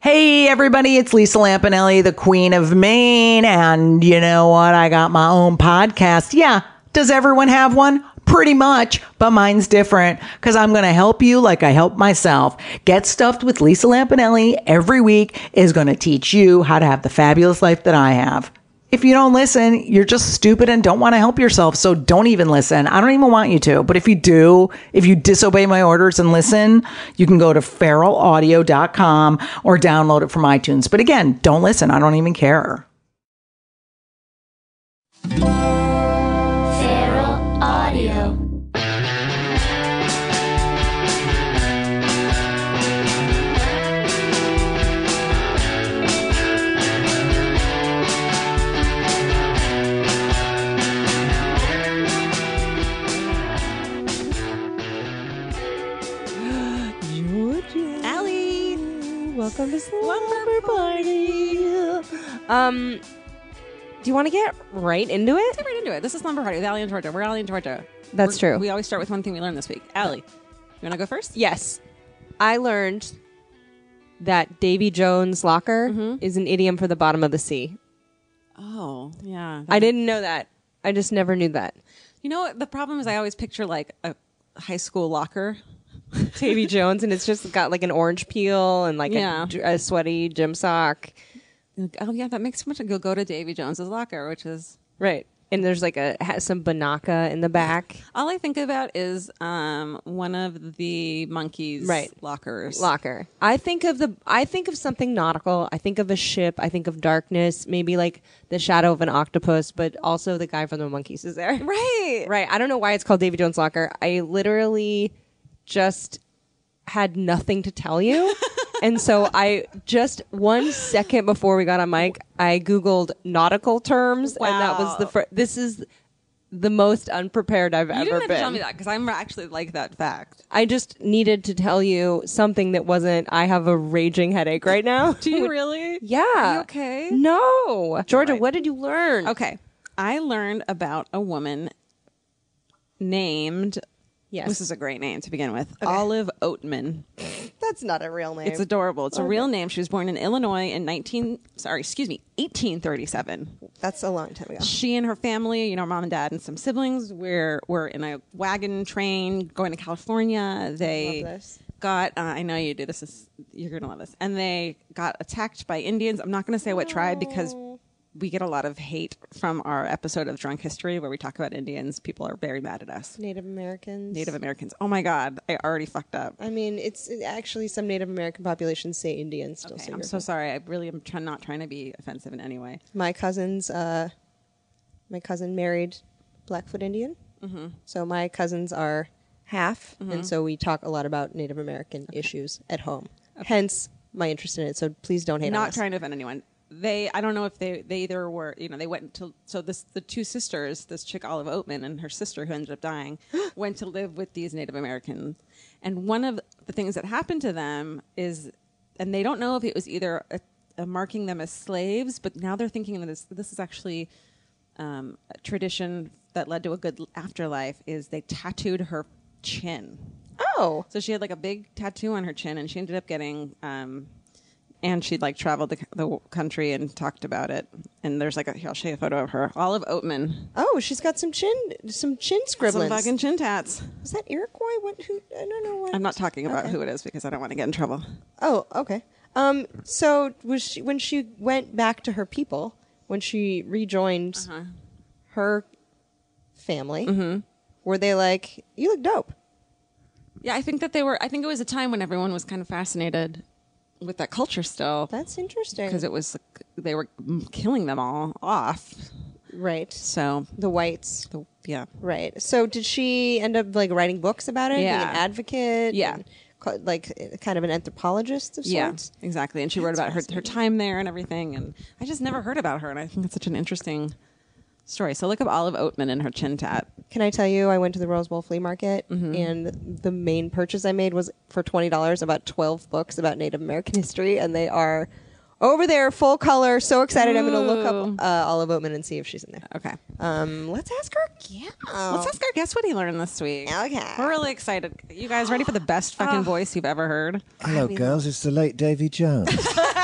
Hey, everybody, it's Lisa Lampanelli, the Queen of Maine. And you know what? I got my own podcast. Yeah. Does everyone have one? Pretty much, but mine's different because I'm going to help you like I help myself. Get Stuffed with Lisa Lampanelli every week is going to teach you how to have the fabulous life that I have. If you don't listen, you're just stupid and don't want to help yourself. So don't even listen. I don't even want you to. But if you do, if you disobey my orders and listen, you can go to feralaudio.com or download it from iTunes. But again, don't listen. I don't even care. Feral Audio. Georgia. Allie. Welcome to Slumber Party. Um, do you want to get right into Get it? right into it. This is Slumber Party with Allie and Georgia. We're Allie and Georgia. That's We're- true. We always start with one thing we learned this week. Allie, you want to go first? Yes. I learned that Davy Jones' locker is an idiom for the bottom of the sea. Oh, yeah. I didn't know that. I just never knew that. you know what? The problem is I always picture like a high school locker. Davy Jones, and it's just got like an orange peel and like Yeah. a, dr- a sweaty gym sock. Oh, yeah, that makes so much. You'll go to Davy Jones's locker, which is Right. And there's like a has some banaka in the back. all I think about is um, one of the monkeys' Right. lockers. locker. I think of the I think of something nautical. I think of a ship. I think of darkness, maybe like the shadow of an octopus, but also the guy from the monkeys is there. Right. Right. I don't know why it's called Davy Jones Locker. I literally just had nothing to tell you. and so I just one second before we got on mic, I googled nautical terms and that was the Wow. fir- this is the most unprepared I've You ever didn't have been. to tell me that because I'm actually like that fact. I just needed to tell you something that wasn't. I have a raging headache right now. Do you really? Yeah. Are you okay? No, Georgia. What did you learn? Okay. I learned about a woman named Yes. This is a great name to begin with. Olive Oatman. That's not a real name. It's adorable. It's a real name. She was born in Illinois in 19 sorry, excuse me, 1837. That's a long time ago. She and her family, you know, mom and dad and some siblings were were in a wagon train going to California. They Love this. got uh, I know you do this is you're going to love this. And they got attacked by Indians. I'm not going to say what tribe because we get a lot of hate from our episode of Drunk History where we talk about Indians. People are very mad at us. Native Americans. Native Americans. Oh my god, I already fucked up. I mean, it's actually some Native American populations say Indians still. Okay, I'm so sorry. I really am try- not trying to be offensive in any way. my cousin's uh, my cousin married Blackfoot Indian, Mm-hmm. so my cousins are half, and so we talk a lot about Native American issues at home. Hence my interest in it. So please don't hate on not us. trying to offend anyone. They, I don't know if they, they either were, you know, they went to, so this, the two sisters, this chick Olive Oatman and her sister who ended up dying, went to live with these Native Americans. And one of the things that happened to them is, and they don't know if it was either a, a marking them as slaves, but now they're thinking that this, this is actually um, a tradition that led to a good afterlife is they tattooed her chin. Oh, So she had like a big tattoo on her chin, and she ended up getting. Um, and she'd like traveled the, the country and talked about it. And there's like a, here, I'll show you a photo of her, Olive Oatman, oh, she's got some chin, some chin some scribblings. fucking chin tats. Is that Iroquois? What? Who? I don't know what. I'm not talking about who it is because I don't want to get in trouble. Oh, okay. Um, so was she when she went back to her people when she rejoined Uh-huh. her family? Mm-hmm. Were they like, "You look dope"? Yeah, I think that they were. I think it was a time when everyone was kind of fascinated with that culture still That's interesting. because it was like, they were killing them all off. right, So the whites. the, yeah, Right. So did she end up like writing books about it? Being Yeah. an advocate. Yeah. and co- like uh, kind of an anthropologist of yeah, sorts. exactly. And she wrote about her her time there and everything. And I just never heard about her, and I think that's such an interesting story. So look up Olive Oatman and her chin tat. Can I tell you? I went to the Rose Bowl flea market, and the main purchase I made was for twenty dollars about twelve books about Native American history, and they are over there, full color. So excited! I'm going to look up uh, Olive Oatman and see if she's in there. Okay, Um, let's ask her. Yeah. let's ask our guest what he learned this week. Okay. we're really excited. Oh. You guys ready for the best fucking voice you've ever heard? Oh, Hello, girls. It's the late Davy Jones.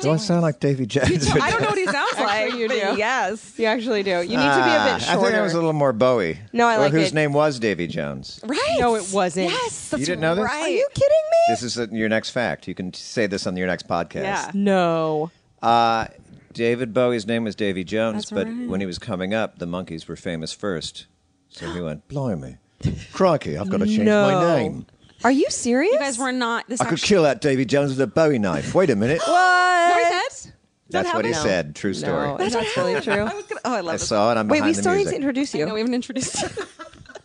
Do I sound like Davy Jones? I don't know what he sounds like. you but do. Yes. You actually do. You need to be a Ah, bit I shorter. think I was a little more Bowie. No, I Well, like whose it. name was Davy Jones. right. No, it wasn't. Yes. You didn't know this? Are you kidding me? This is uh, your next fact. You can say this on your next podcast. Yeah. No. Uh, David Bowie's name was Davy Jones, but when he was coming up, the monkeys were famous first. So he went, blimey, crikey, I've got to change No. my name. Are you serious? You guys were not. This I could actually- kill that Davy Jones with a Bowie knife. Wait a minute. What is that? That's what he happened? said. True story. No, that's really true. I was gonna, oh, I love I this. saw it. I'm Wait, behind we the still need to music. introduce I know, we you. haven't introduced.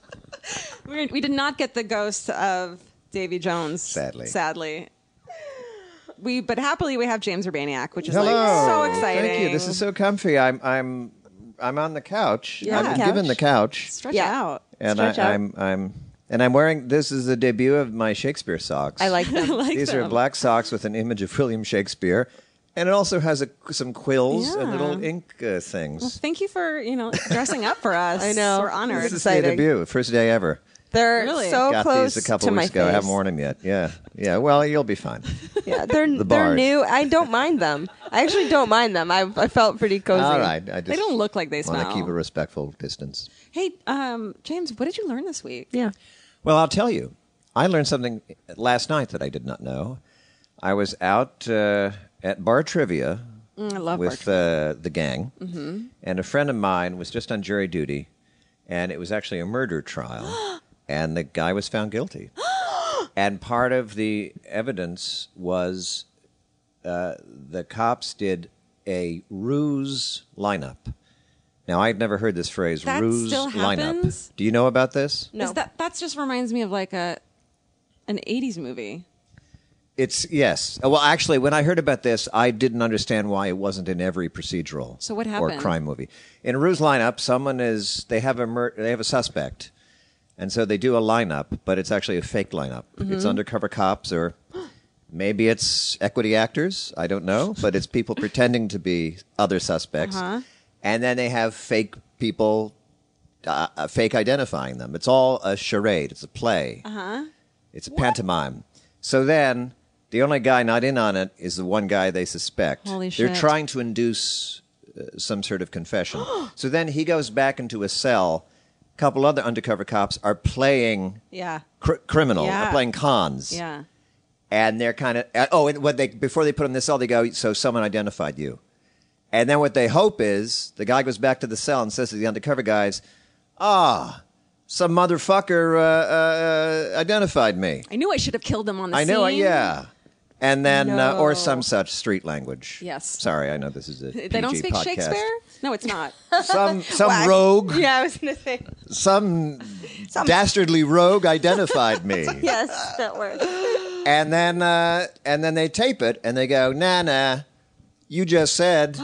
we, we did not get the ghost of Davy Jones. Sadly. sadly. We but happily we have James Urbaniak, which is Hello. like so exciting. Thank you. This is so comfy. I'm I'm I'm on the couch. Yeah. I'm Couch. given the couch. stretch Yeah. out. and Stretch I, out. I'm I'm and I'm wearing this is the debut of my Shakespeare socks. I like them. These are black socks with an image of William Shakespeare, and it also has a, some quills and Yeah. little ink uh, things. Thank you for you know dressing up for us. I know. we're honored. this is exciting. my debut, first day ever. They're Really? so Got close these a couple to my weeks ago. I face. haven't worn them yet. Yeah, yeah. Well, you'll be fine. Yeah, they're they're bars. new. I don't mind them. I actually don't mind them. I I felt pretty cozy. All right. I just they don't look like they want smell. to keep a respectful distance. hey, um, James, what did you learn this week? Yeah. Well, I'll tell you. I learned something last night that I did not know. I was out uh, at bar trivia Mm, I love bar Mm-hmm. with Uh, the gang, and a friend of mine was just on jury duty, and it was actually a murder trial, and the guy was found guilty. and part of the evidence was uh, the cops did a ruse lineup. Now, I'd never heard this phrase, That ruse still lineup. happens? Do you know about this? No. Is that that just reminds me of like a an '80s movie. It's yes. Well, actually, when I heard about this, I didn't understand why it wasn't in every procedural So what or happened? crime movie. In a ruse lineup, someone is they have a mur- they have a suspect, and so they do a lineup, but it's actually a fake lineup. Mm-hmm. It's undercover cops or maybe it's equity actors. I don't know, but it's people pretending to be other suspects, Uh-huh. and then they have fake people, uh, uh, fake identifying them. It's all a charade. It's a play. Uh-huh. It's a pantomime. So then, the only guy not in on it is the one guy they suspect. Holy They're shit. trying to induce uh, some sort of confession. so then he goes back into a cell. A couple other undercover cops are playing Yeah. cr- criminal, are Yeah. playing cons. Yeah. And they're kind of, uh, oh, and what they, before they put him in the cell, they go, so someone identified you. And then what they hope is the guy goes back to the cell and says to the undercover guys, ah, some motherfucker uh, uh, identified me. I knew I should have killed them on the I scene. know, it, yeah. And then, uh, or No. some such street language. Yes. Sorry, I know this is a They PG don't speak podcast. Shakespeare. No, it's not. Some some rogue, Yeah, I was gonna say some, dastardly rogue identified me, yes. That works. and then uh, and then they tape it, and they go, "Nah, nah, you just said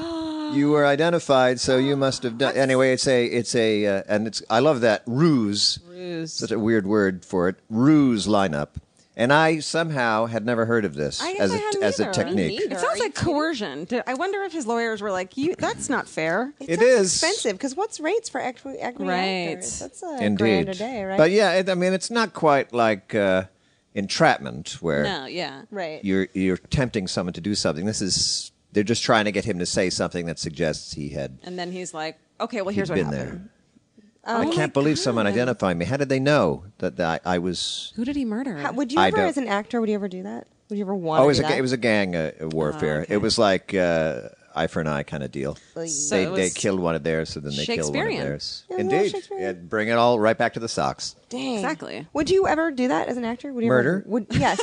you were identified, so you must have done." Anyway, it's a it's a uh, and it's I love that ruse. Ruse, such a weird word for it. Ruse lineup, and I somehow had never heard of this guess as I a hadn't as a either. Me technique. It sounds like coercion. Did- I wonder if his lawyers were like, "You, that's not fair." It is expensive because what's rates for equity equity Right. actors? That's a Indeed. grand a day, right? But yeah, it, I mean, it's not quite like uh, entrapment where No, yeah, right. you're you're tempting someone to do something. This is they're just trying to get him to say something that suggests he had And then he's like, "Okay, well, he had here's what been happened." Um, Oh there. I can't believe someone identified me. How did they know that, that I, I was? Who did he murder? How- would you I ever, don't- as an actor, would you ever do that? Would you ever want? Oh, it was to a, do ga- that? it was a gang uh, Oh, warfare. It was like uh, eye for an eye kind of deal. So They, it they was- killed one of theirs, so then they killed one of Shakespearean. theirs. Yeah, it was all Indeed, Shakespearean. Yeah, bring it all right back to the socks. Dang. Exactly. Would you ever do that as an actor? Would you Murder? Ever, would yes.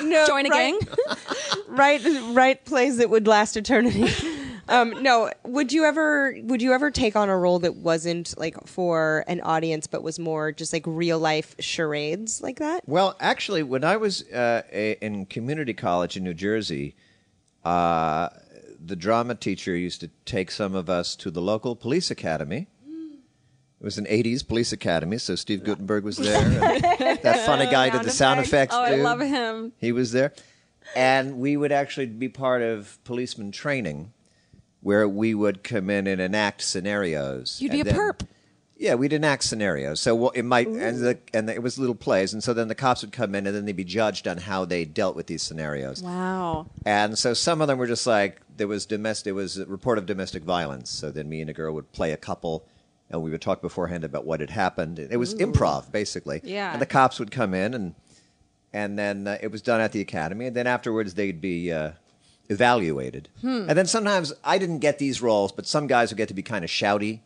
no. Join a right- gang? right. Right. Plays that would last eternity. Um, no. Would you ever? Would you ever take on a role that wasn't like for an audience, but was more just like real life charades like that? Well, actually, when I was uh, a, in community college in New Jersey, uh, the drama teacher used to take some of us to the local police academy. It was an '80s police academy, so Steve Gutenberg was there. and that funny guy that the sound effects. Oh, I dude, love him. He was there, and we would actually be part of policeman training, where we would come in and enact scenarios. You'd be and a then- perp. Yeah, we'd enact scenarios. So well, it might, and, the, and it was little plays. And so then the cops would come in and then they'd be judged on how they dealt with these scenarios. Wow. And so some of them were just like there was domestic, it was a report of domestic violence. So then me and a girl would play a couple, and we would talk beforehand about what had happened. It was improv basically. Yeah. And the cops would come in, and and then uh, it was done at the academy, and then afterwards they'd be uh, evaluated. Hmm. And then sometimes I didn't get these roles, but some guys would get to be kind of shouty.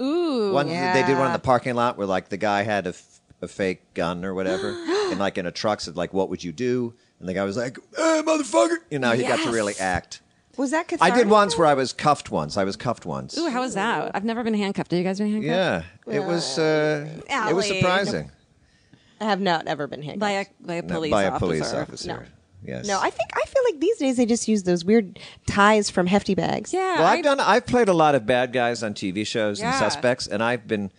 Ooh. One they did one in the parking lot where like the guy had a, f- a fake gun or whatever, and like in a truck said like, "What would you do?" And the guy was like, "Hey, motherfucker!" You know, he got to really act. Was that I cathartic? did once where I was cuffed once. I was cuffed once. Ooh, how was that? I've never been handcuffed. Have you guys been handcuffed? yeah, it was. Uh, it was Allie. surprising. I have not ever been handcuffed. By a, by a No, police by a officer. police officer. Yes. no, I think I feel like these days they just use those weird ties from hefty bags. Yeah. Well, I- I've done. I've played a lot of bad guys on TV shows and Yeah. suspects, and I've been,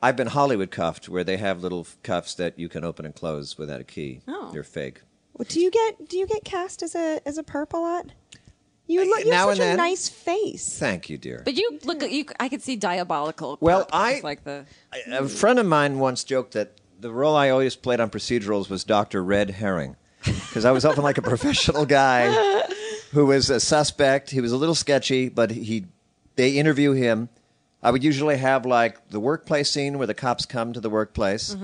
I've been Hollywood cuffed, where they have little cuffs that you can open and close without a key. Oh. They're fake. Do you get do you get cast as a as a perp a lot? You look you have now and such a then. nice face. Thank you, dear. But you look, you, I could see diabolical. Well, perp, I- just like the a friend of mine once joked that the role I always played on procedurals was Dr. Red Herring because I was often like a professional guy who was a suspect. He was a little sketchy, but he they interview him. I would usually have like the workplace scene where the cops come to the workplace.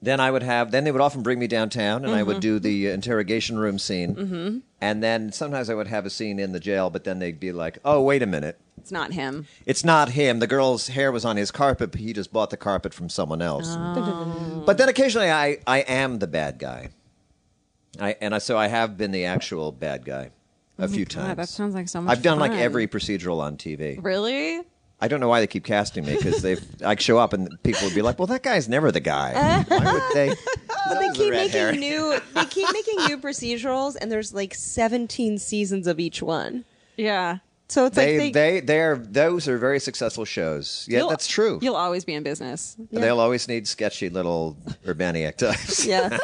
Then I would have then they would often bring me downtown and I would do the uh, interrogation room scene. And then sometimes I would have a scene in the jail, but then they'd be like, "Oh, wait a minute." it's not him. It's not him. The girl's hair was on his carpet, but he just bought the carpet from someone else. But then occasionally I, I am the bad guy. I and I, so I have been the actual bad guy a few times. that sounds like so much I've done like fun. every procedural on TV. really. I don't know why they keep casting me because they I show up and people would be like, "Well, that guy's never the guy." Why would they? But they That was a keep red making herring. new they keep making new procedurals and there's like 17 seasons of each one. Yeah. So it's They, like they, they are. Those are very successful shows. Yeah, You'll- that's true. You'll always be in business. They'll always need sketchy little urbaniac types. yeah.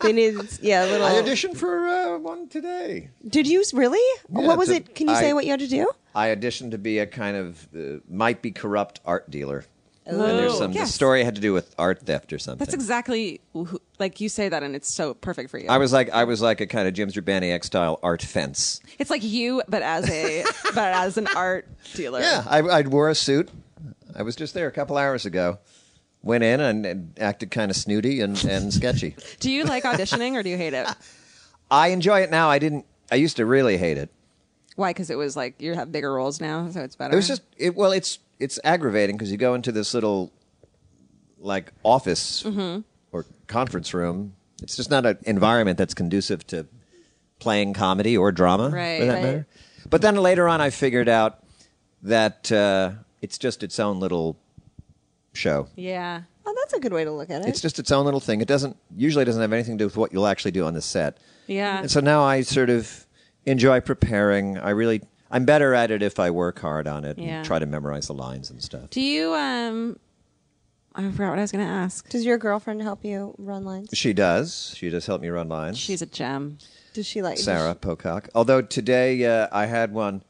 they need yeah, a little I auditioned for uh, one today. Did you s- really? Yeah, what was it's a- it? Can you say I- what you had to do? I auditioned to be a kind of uh, might be corrupt art dealer. And there's some Oh, Yes. the story had to do with art theft or something. That's exactly who- like you say that, and it's so perfect for you. I was like I was like a kind of Jim's Urbaniak style art fence. it's like you, but as a but as an art dealer. Yeah, I, I wore a suit. I was just there a couple hours ago. Went in and, and acted kind of snooty and, and sketchy. Do you like auditioning or do you hate it? I enjoy it now. I didn't. I used to really hate it. Why? Because it was like you have bigger roles now, so it's better. It was just it, well, it's it's aggravating because you go into this little like office Mm-hmm. or conference room. It's just not an environment that's conducive to playing comedy or drama, Right, for that right. matter. But then later on, I figured out that uh, it's just its own little show. yeah. Oh, that's a good way to look at it. It's just its own little thing. It doesn't usually doesn't have anything to do with what you'll actually do on the set. Yeah. And so now I sort of enjoy preparing. I really I'm better at it if I work hard on it Yeah. and try to memorize the lines and stuff. Do you um? I forgot what I was going to ask. Does your girlfriend help you run lines? She does. She does help me run lines. She's a gem. Does she like Sarah Pocock. Although today uh, I had one.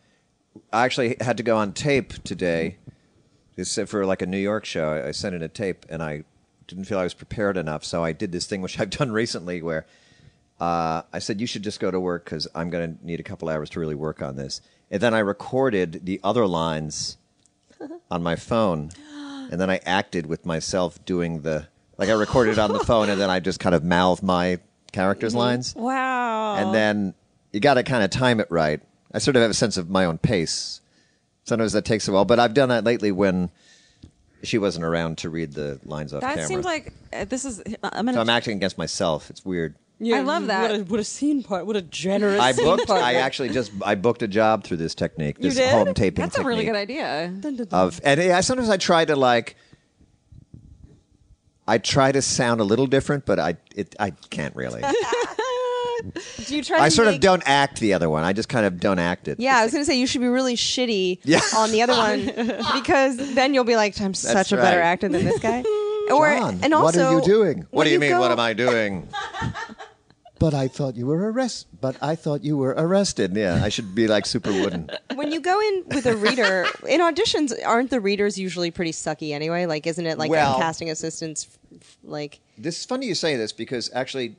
I actually had to go on tape today. This uh, for like a New York show. I, I sent in a tape, and I didn't feel I was prepared enough, so I did this thing which I've done recently, where uh, I said you should just go to work because I'm going to need a couple hours to really work on this. And then I recorded the other lines on my phone, and then I acted with myself doing the like I recorded it on the phone, and then I just kind of mouthed my characters' lines Mm-hmm. Wow. and then you got to kind of time it right. I sort of have a sense of my own pace. Sometimes that takes a while, but I've done that lately when she wasn't around to read the lines off that camera. seems like uh, this is. I'm so gonna. I'm acting against myself. It's weird. I love that. What a, what a scene part. What a generous. I booked. I actually just I booked a job through this technique, this home taping. That's a really technique. good idea. of and I, sometimes I try to like I try to sound a little different, but I it I can't really. Do you try? I to sort of make- don't act the other one. I just kind of don't act it. Yeah, I was gonna say you should be really shitty Yeah. on the other one because then you'll be like, I'm such a better right. actor than this guy. Or John, and also, what are you doing? What when do you mean? go- What am I doing? But I thought you were arrested. But I thought you were arrested. Yeah, I should be like super wooden. when you go in with a reader in auditions, aren't the readers usually pretty sucky anyway? Like, isn't it like Well- a casting assistants? f- f- Like, This is funny you say this because actually,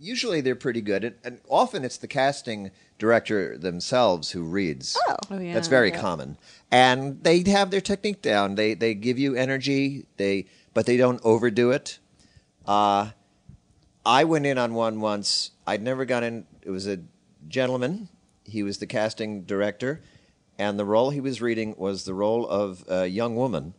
usually they're pretty good, and, and often it's the casting director themselves who reads. Oh, yeah, that's very common. And they have their technique down. They they give you energy. They but they don't overdo it. Uh, I went in on one once. I'd never gone in. It was a gentleman. He was the casting director, and the role he was reading was the role of a young woman,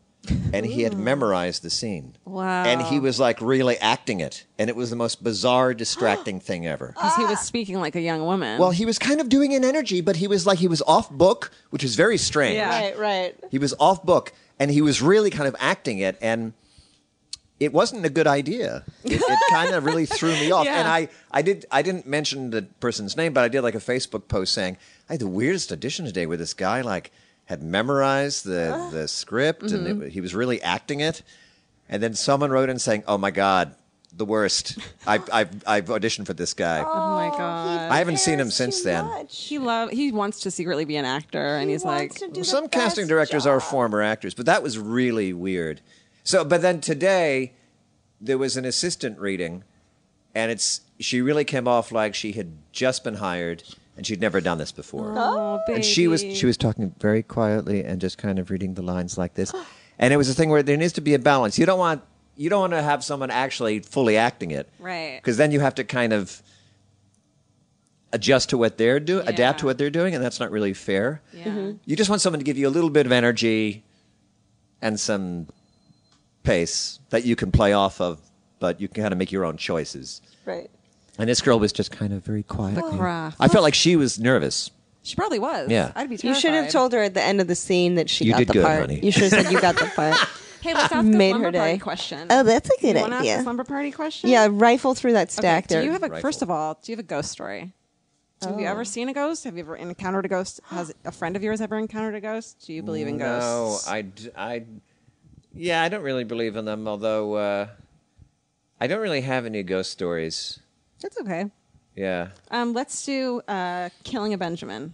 and he had memorized the scene. Wow. And he was like really acting it, and it was the most bizarre, distracting thing ever. because he was speaking like a young woman. Well, he was kind of doing an energy, but he was like he was off book, which was very strange. Yeah. Right, right. He was off book, and he was really kind of acting it, and it wasn't a good idea. It, it kind of really threw me off, and I, I did I didn't mention the person's name, but I did like a Facebook post saying I had the weirdest audition today where this guy like had memorized the the script and it, he was really acting it, and then someone wrote in saying, "Oh my god." The worst. I've, I've, I've auditioned for this guy. oh my god, I haven't seen him since then. he love he wants to secretly be an actor, and he's like, Well, some casting directors are former actors, but that was really weird. So, but then today there was an assistant reading, and it's she really came off like she had just been hired and she'd never done this before. oh, baby. and she was she was talking very quietly and just kind of reading the lines like this, and it was a thing where there needs to be a balance. You don't want you don't want to have someone actually fully acting it, Right. Because then you have to kind of adjust to what they're doing, adapt to Yeah. what they're doing, and that's not really fair. Yeah. Mhm. You just want someone to give you a little bit of energy and some pace that you can play off of, but you can kind of make your own choices. Right. And this girl was just kind of very quiet. craft. I felt like she was nervous. She probably was. Yeah. I'd be. Terrified. You should have told her at the end of the scene that she You got did the good, part. honey. You should have said you got the part. Hey, let's ask Made this her her day. question. Oh, that's a good you wanna Ask idea. this lumber party question. Yeah, rifle through that Okay, stack do there. you have a Rifle. first of all? Do you have a ghost story? Have you ever seen a ghost? Have you ever encountered a ghost? Has a friend of yours ever encountered a ghost? Do you believe in ghosts? No, I, d- I- yeah, I don't really believe in them. Although uh, I don't really have any ghost stories. That's okay. Yeah, Um, let's do uh, killing a Benjamin.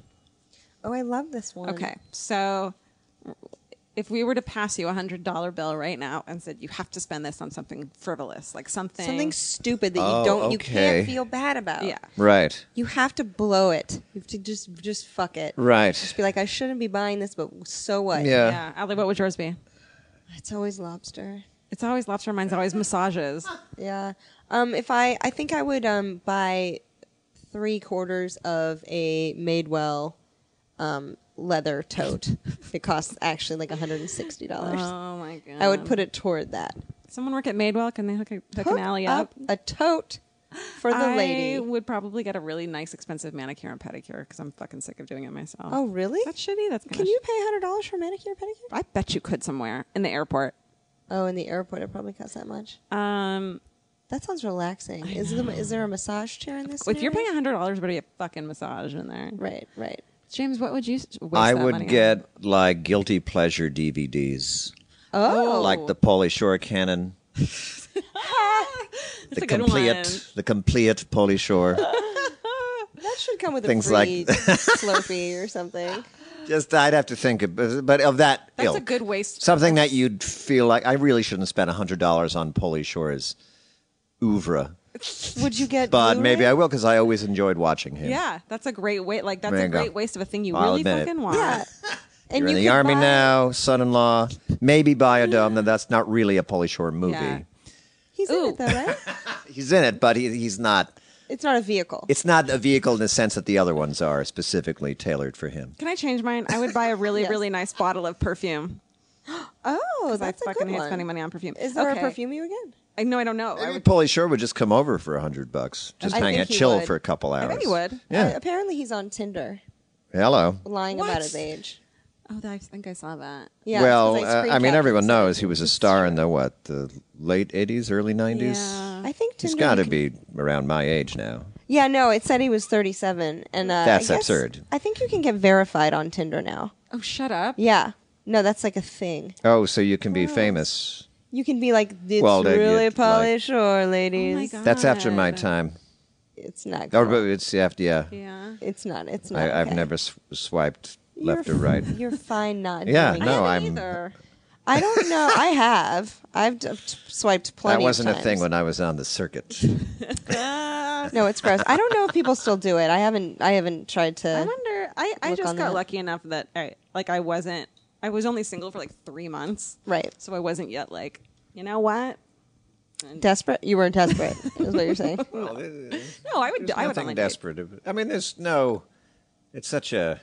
oh, I love this one. Okay, so if we were to pass you a hundred dollar bill right now and said you have to spend this on something frivolous, like something, Something stupid that you Oh, don't, you okay. can't feel bad about. yeah, right, You have to blow it. You have to just, just fuck it. Just right. be like, I shouldn't be buying this, but so what? Yeah. yeah. Ali, what would yours be? It's always lobster. It's always lobster. Mine's always massages. Yeah. Um, if I, I think I would um, buy three quarters of a Madewell um, leather tote. it costs actually like $160. Oh my god! I would put it toward that. someone work at Madewell. Can they hook, a, hook Hook an alley up? a tote for the I lady. would probably get a really nice, expensive manicure and pedicure because I'm fucking sick of doing it myself. Oh, really? That's shitty. That's kinda Can you sh- pay hundred dollars for manicure pedicure? I bet you could somewhere in the airport. Oh, in the airport, it probably costs that much. Um, That sounds relaxing. Is there, is there a massage chair in this? if you're paying scenario? hundred dollars, better get a fucking massage in there. right, right. James, what would you? s- Waste I that would money get On? like guilty pleasure DVDs, Oh, like the Pauly Shore canon, That's the a good one. complete, the complete Pauly Shore. that should come with things a like- free Slurpee or something. Just I'd have to think, of, but of that That's a ilk. good waste. Something that you'd feel like I really shouldn't spend hundred dollars on Pauly Shore's oeuvre, Would you get? but maybe I Blu-ray? will because I always enjoyed watching him. Yeah, that's a great way. Like that's There a you go. great waste of a thing you I'll really admit it. fucking want. Yeah. And You're in the could army buy- now, son-in-law. Maybe Biodome. Then that's not really a Pauly Shore movie. Yeah. He's in it though, right? He's in it, but he, he's not. It's not a vehicle. It's not a vehicle in the sense that the other ones are specifically tailored for him. Can I change mine? I would buy a really, Yes. really nice bottle of perfume. oh, 'cause I that's a fucking good hate one. spending money on perfume. Is there Okay. a perfume you again? I know I don't know. I Maybe would- Pauly Shore would just come over for a hundred bucks, just I hang think out, he chill would. for a couple hours. bet he would. Yeah. Uh, apparently, he's on Tinder, Hello. lying What? about his age. Oh, I think I saw that. Yeah. it's 'cause well, I uh, I screen mean, capped everyone his- knows he was a star in the what, the late '80s, early '90s. Yeah. I think He's Tinder. got to you be around my age now. Yeah, no, it said he was 37, and uh, I That's guess- absurd. I think you can get verified on Tinder now. Oh, shut up. Yeah, no, that's like a thing. Oh, so you can be famous. You can be like, it's Well, then really you'd, Polly like- Shore, ladies. God. That's after my time. it's not. Oh, Cool. but it's yeah, yeah. Yeah. it's not. It's not. I, I've okay. never s- swiped You're left or f- right. You're fine not. Yeah, doing no, it. I'm. Either. I don't know. I have. I've d- swiped plenty. That wasn't of a thing times. when I was on the circuit. No, it's gross. I don't know if people still do it. I haven't. I haven't tried to. I wonder. I, I Look just on got that. lucky enough that I like I wasn't. I was only single for like three months, Right. So I wasn't yet like, you know what? Desperate? You weren't desperate. is what you're saying. No, I would. There's I would nothing only desperate. ab- I mean, there's no. It's such a.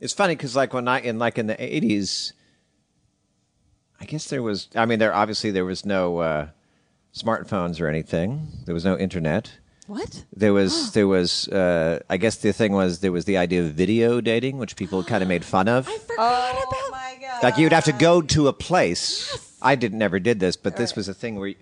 It's funny because like when I in like in the eighties. I guess there was. I mean, there obviously there was no uh, smartphones or anything. There was no internet. What? There was there was. Uh, I guess the thing was there was the idea of video dating, which people kind of made fun of. Forgot Oh Oh. about Like you'd have to go to a place. I didn't never did this, but this was a thing where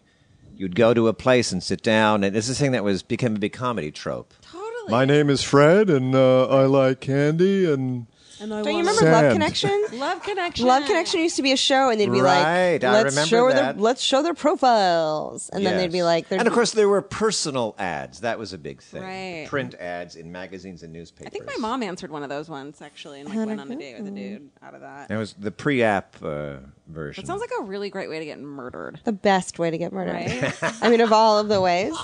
you'd go to a place and sit down, and it's a thing that was became a big comedy trope. totally. My name is Fred, and uh, I like candy and Don't you remember Love Sand. Connection? Love connection. Love Connection used to be a show, and they'd be Right, like, I "Let's remember show that. their let's show their profiles," and then they'd be Yes. like, and of course there were personal ads. That was a big thing. Right. Print ads in magazines and newspapers. I think my mom answered one of those once actually, and like went on a date with a dude out of that. That was the pre-app uh, version. That sounds like a really great way to get murdered. the best way to get murdered." Right? I mean, of all of the ways,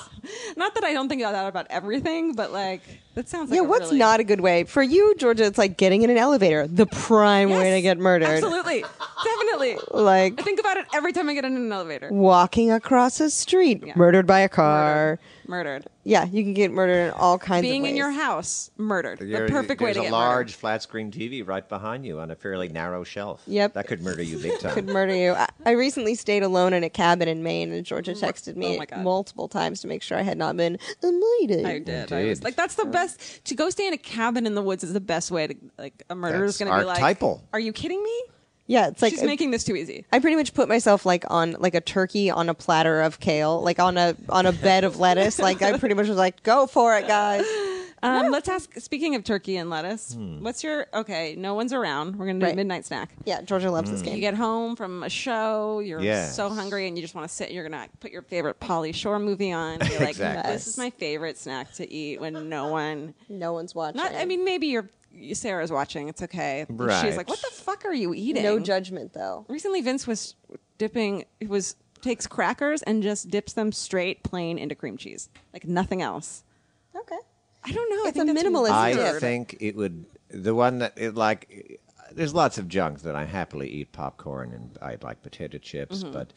Not that I don't think about that about everything, but like that sounds like yeah. a What's really- not a good way for you, Georgia? It's like getting in an elevator, the prime way to get murdered. absolutely definitely. Like I think about it every time I get in an elevator. walking across a street, murdered by a car. Murdered. Yeah, you can get murdered in all kinds of Being ways. in your house, murdered. There- the perfect way there's to get a large flat-screen TV right behind you on a fairly narrow shelf. Yep. that could murder you big time. could murder you. I, I recently stayed alone in a cabin in Maine, and Georgia texted me Oh my God. multiple times to make sure I had not been murdered. murdered. I did. I Indeed. was like, that's the best. To go stay in a cabin in the woods is the best way to like a murderer's That's going to be like, archetypal. "Are you kidding me? Yeah, it's like She's making this too easy." I pretty much put myself like on like a turkey on a platter of kale, like on a on a bed of lettuce. Like I pretty much was like, go for it, guys. Um, let's ask. Speaking of turkey and lettuce, Hmm. what's your okay? No one's around. We're going to do Right. midnight snack. Yeah, Georgia loves this Mm. You game. get home from a show, you're Yes. so hungry, and you just want to sit. You're gonna put your favorite Polly Shore movie on. You're like, Exactly. this is my favorite snack to eat when no one. No one's watching. Not, I mean, maybe your Sarah's watching. It's okay. Right. She's like, what the fuck are you eating? no judgment though. Recently, Vince was dipping. He was takes crackers and just dips them straight plain into cream cheese, like nothing else. Okay. I don't know. It's I think a that's minimalist weird. I Weird. think it would the one that it like. There's lots of junk that I happily eat popcorn and I like potato chips, but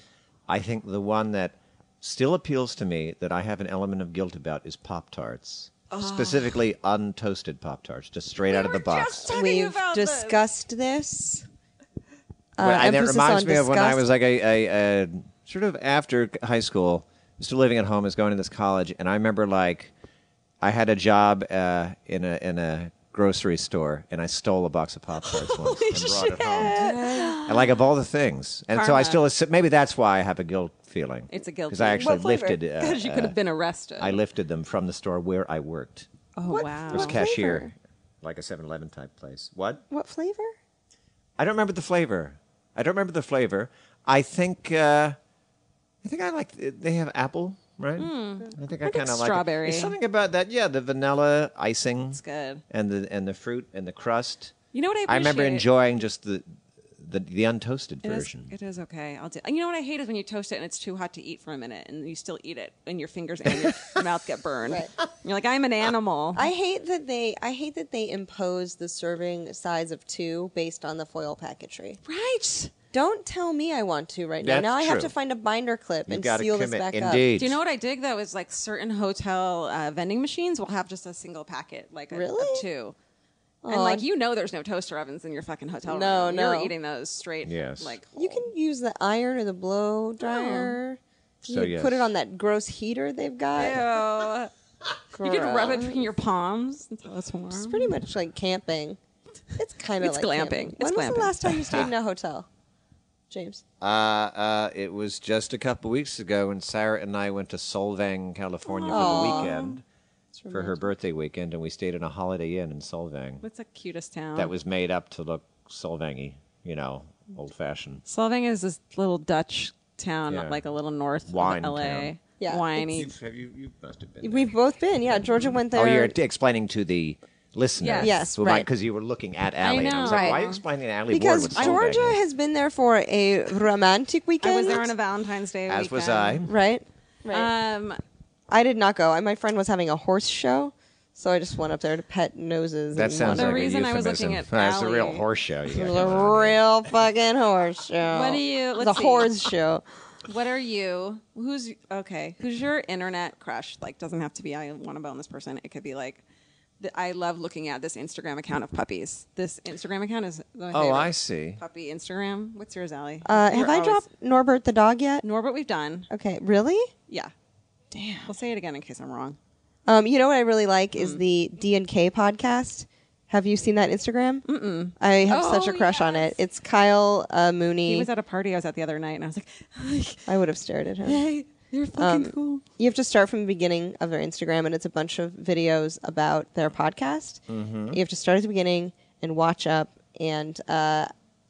I think the one that still appeals to me that I have an element of guilt about is Pop Tarts, specifically untoasted Pop Tarts, just straight out of the box. Talking We've about this. discussed this. Uh, Well, Uh, and that emphasis reminds on me of when I disgust. was like a, a, a sort of after high school, still living at home, was going to this college, and I remember like I had a job uh, in a in a grocery store, and I stole a box of pop tarts once and brought it home. And like of all the things, and so I Karma. still assu- maybe that's why I have a guilt feeling. It's a guilt because I feeling. actually What flavor? lifted. Uh, Because you could uh, have been arrested. I lifted them from the store where I worked. oh What- wow. I was What cashier, flavor? like a 7-Eleven type place. What? What flavor? I don't remember the flavor. I don't remember the flavor. I think uh, I think I like they have apple, right? I think I, kind of like it. Hmm. strawberry. There's something about that. Yeah, the vanilla icing. It's good. And the and the fruit and the crust. You know what I I remember appreciate? enjoying just the the, the untoasted It is- version. it is okay. I'll do. You know what I hate is when you toast it and it's too hot to eat for a minute, and you still eat it, and your fingers and your mouth get burned. Right. You're like, I'm an animal. I hate that they I hate that they impose the serving size of two based on the foil packetry. right. Don't tell me I want to right That's now. Now I have to true. find a binder clip You've and got to seal this commit. back Indeed. up. Do you know what I dig though? Is like certain hotel uh, vending machines will have just a single packet, like a, Really? of two. And like you know, there's no toaster ovens in your fucking hotel. No, room. no. You're eating those straight. Yes. Like You can use the iron or the blow Oh. dryer. You So, could yes. put it on that gross heater they've got. whole- you can rub it between your palms until it's warm. It's pretty much like camping. It's kind of It's like glamping. camping. It's when was glamping. the last time you stayed in a hotel, James? Uh, uh, it was just a couple weeks ago when Sarah and I went to Solvang, California for the weekend for her birthday weekend, and we stayed in a Holiday Inn in Solvang. What's the cutest town? that was made up to look Solvangy, you know, old fashioned. Solvang is this little Dutch town, Yeah. like a little north Wine of LA. town. Yeah, whiny. have you, you must have been. We've both been. Yeah, Georgia went there. Oh, you're t- explaining to the listener. Yes. Yes, right. Because you were looking at Allie. and I know. was like, Right. why are you explaining to Allie Ward because what's going on Georgia back here? has been there for a romantic weekend. I was there on a Valentine's Day. As was I. weekend. right. Um, I did not go. I, my friend was having a horse show, so I just went up there to pet noses. That and sounds The like reason a I was euphemism. looking at That's a real Allie- horse show. you got It was going a on there. real fucking horse show. What do you- It was let's a see. horse show. what are you? Who's okay? Who's your internet crush? Like, doesn't have to be. I want to bone this person. It could be like, th- I love looking at this Instagram account of puppies. This Instagram account is. My Oh, favorite. I see. Puppy Instagram. What's yours, Allie? Uh, You're have I always- dropped Norbert the dog yet? Norbert? We've done. Okay, really? Yeah. Damn. We'll say it again in case I'm wrong. Um, you know what I really like Mm. is the D and K podcast. Have you seen that Instagram? Mm-mm. I have such a Oh, crush on it. It's Kyle uh, He Mooney. was at a party I was at the other night, and I was like, I would have stared at him. Um, "Hey, you're fucking cool." you have to start from the beginning of their Instagram, and it's a bunch of videos about their podcast. You have to start at the beginning and watch up, and uh,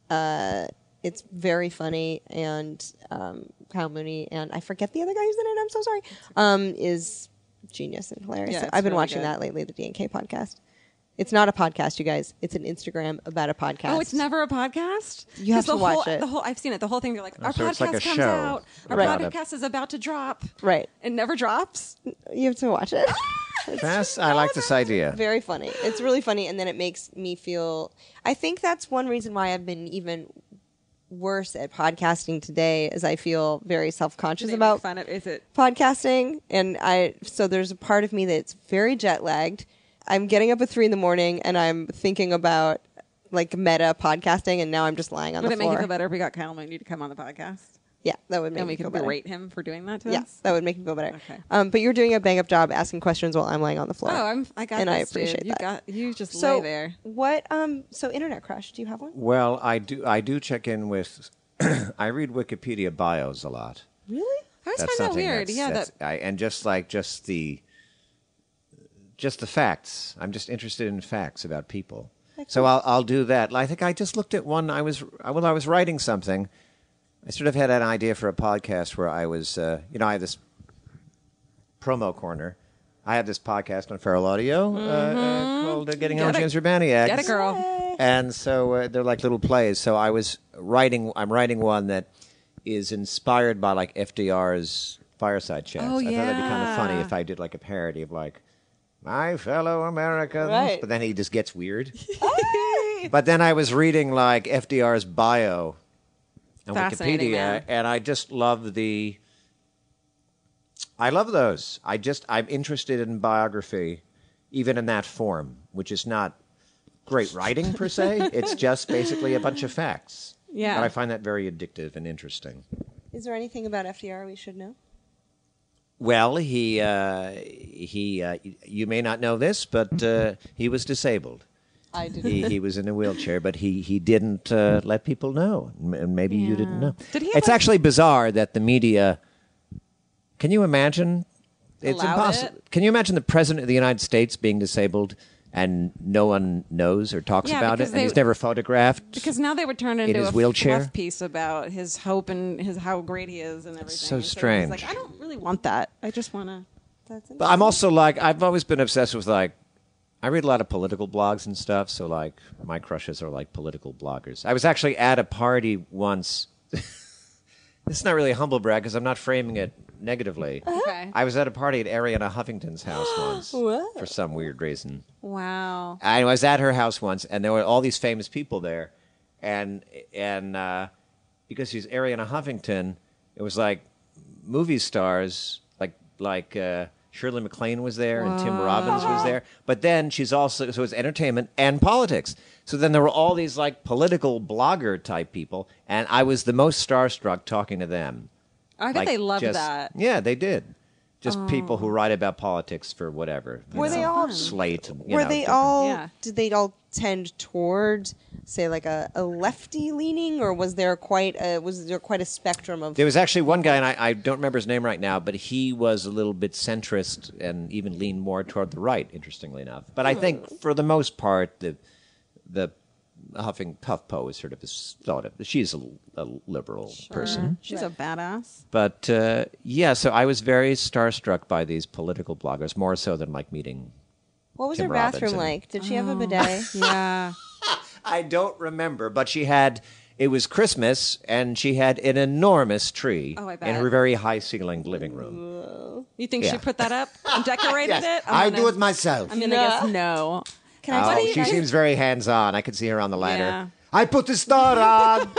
uh, it's very funny. And um, Kyle Mooney and I forget the other guy who's in it. I'm so sorry. Um, is genius and hilarious. Yeah, So it's I've been really watching good. that lately, the DNK podcast. It's not a podcast, you guys. It's an Instagram about a podcast. Oh, it's never a podcast. You have 'Cause to the watch whole, it. The whole I've seen it. The whole thing. They're like, our so podcast it's like a comes show out. Our Right. podcast is about to drop. right. It never drops. You have to watch it. Fast. I like this idea. very funny. It's really funny, and then it makes me feel. I think that's one reason why I've been even worse at podcasting today, is I feel very self conscious They about make fun of is it? podcasting, and I so there's a part of me that's very jet lagged. I'm getting up at three in the morning, and I'm thinking about like meta podcasting, and now I'm just lying on Would the it make floor. you feel better if we got Kyle Mooney to come on the podcast Yeah, that would make and me we feel could better. berate him for doing that to Yeah, us? that would make me feel better. Okay. Um, but you're doing a bang up job asking questions while I'm lying on the floor. Oh, I'm. I got. and this, I appreciate dude. You that. got. You just so lay there. what? Um, so internet crush? Do you have one? Well, I do. I do check in with. I read Wikipedia bios a lot. Really? I always That's find that something weird. that's- yeah, that's- that I, and just like just the just the facts. I'm just interested in facts about people. So I'll I'll do that. I think I just looked at one. I was I- well, I was writing something. I sort of had an idea for a podcast where I was, uh, you know, I had this promo corner. I have this podcast on Feral Audio uh, uh, called uh, "Getting On Mm-hmm. Get it- James Urbaniak." get it, girl. and so uh, they're like little plays. So I was writing, I'm writing one that is inspired by like FDR's fireside chats. Oh, I thought that'd be kind of funny yeah. if I did like a parody of like, my fellow Americans, Right. but then he just gets weird. but then I was reading like FDR's bio on Fascinating, Wikipedia, man. and I just love the. I love those. I just I'm interested in biography, even in that form, which is not great writing per se. it's just basically a bunch of facts. Yeah. and I find that very addictive and interesting. Is there anything about FDR we should know? Well, he uh, he uh, y- you may not know this, but uh, he was disabled. I did. He, he was in a wheelchair, but he he didn't uh, let people know, M- and maybe you didn't know. Did he it's ever- actually bizarre that the media. Can you imagine? It's Allowed impossible. it? Can you imagine the president of the United States being disabled and no one knows or talks Yeah, about it, because and they- he's never photographed? Because now they would turn it into his a wheelchair? fluff piece about his hope and his how great he is and everything. so And he's strange. like, I don't really want that. I just want to. That's But I'm also like I've always been obsessed with like I read a lot of political blogs and stuff, so like my crushes are like political bloggers. I was actually at a party once. this is not really a humble brag because I'm not framing it negatively. Okay. I was at a party at Ariana Huffington's house once for some weird reason. Wow. I was at her house once, and there were all these famous people there, and and uh, because she's Ariana Huffington, it was like movie stars, like like uh, Shirley MacLaine was there and Tim Robbins was there. But then she's also so it's entertainment and politics. So then there were all these like political blogger type people, and I was the most starstruck talking to them. I bet Like, they love just- that. Yeah, they did. Just people who write about politics for whatever. you Oh. Were they all- slate? and, you Were know, they different- all? Yeah. Did they all tend toward, say, like a, a lefty leaning, or was there quite a was there quite a spectrum of? There was actually one guy, and I, I don't remember his name right now, but he was a little bit centrist and even Hmm. leaned more toward the right, interestingly enough. But I think for the most part, the the Huffingpuff Poe is sort of his thought of. She's a, a liberal person. She's a badass. But uh, yeah, so I was very starstruck by these political bloggers, more so than like meeting. What was Tim her bathroom Robinson. like? Did she have a bidet? Yeah. I don't remember, but she had. It was Christmas, and she had an enormous tree Oh, I bet. in her very high ceilinged living room. You think Yeah. she put that up and decorated it? Yes, I gonna- do it myself. I'm going to guess no. Can I tell Oh, you? she guys- seems very hands on. I could see her on the ladder. Yeah. I put the star on.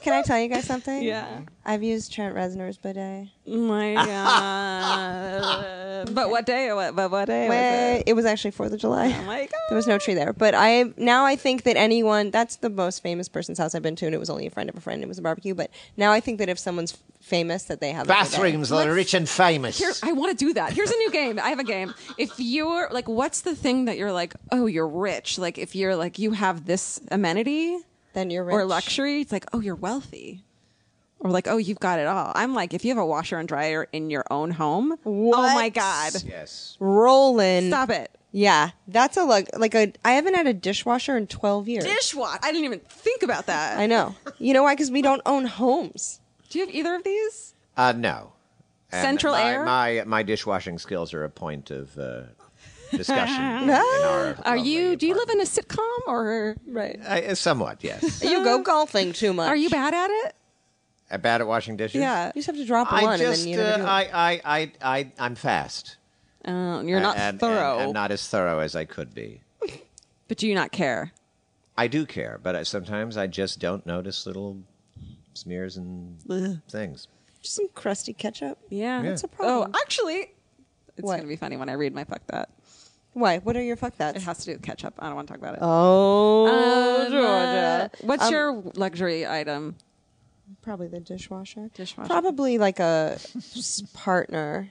Can I tell you guys something? Yeah. I've used Trent Reznor's bidet. My God. but what day? What, but what day was Way- it? it was actually Fourth of July. Oh my God. There was no tree there. But I now I think that anyone that's the most famous person's house I've been to, and it was only a friend of a friend. It was a barbecue. But now I think that if someone's f- famous, that they have a bidet. Bathrooms are rich and famous. Here, I want to do that. Here's a new game. I have a game. If you're like, what's the thing that you're like, oh, you're rich? Like, if you're like, you have this amenity Then you're rich. or luxury, it's like, oh, you're wealthy. Or like, oh, you've got it all. I'm like, if you have a washer and dryer in your own home, oh my What? God. Yes. Rolling. Stop it. Yeah, that's a lug. Like a, I haven't had a dishwasher in twelve years. Dishwasher. I didn't even think about that. I know. You know why? Because we don't own homes. Do you have either of these? Uh, no. And Central my, air? My my dishwashing skills are a point of uh, discussion. in our Ah, Are you? Do you live in a sitcom or right? Uh, somewhat, yes. You go golfing too much. Are you bad at it? Uh, Bad at washing dishes. Yeah. You just have to drop one, I just and then you never uh, do it. I, I I I I'm fast. Uh, you're not and, and- thorough, and not as thorough as I could be. but do you not care? I do care, but I, sometimes I just don't notice little smears and things. Just some crusty ketchup. Yeah, That's a problem. Oh, actually, it's What? gonna be funny when I read my fuck that. Why? What are your fuck It that's? has to do with ketchup. I don't want to talk about it. Oh, Um, Georgia. uh, what's your luxury item? Probably the dishwasher. Dishwasher. Probably like a s- partner,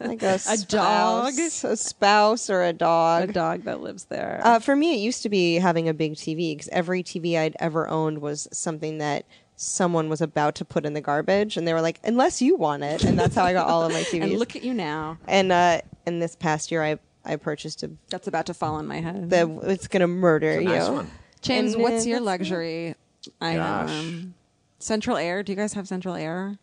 like a spouse, dog? a spouse or a A dog. dog that lives there. Uh, for me, it used to be having a big TV because every TV I'd ever owned was something that someone was about to put in the garbage, and they were like, "Unless you want it," and that's how I got all of my TVs. and look at you now. and uh, and this past year, I I purchased a That's about to fall on my head. that it's gonna murder It's a you. nice one. James, And, uh, what's your that's- luxury Gosh. item? Central Air. Do you guys have Central Air?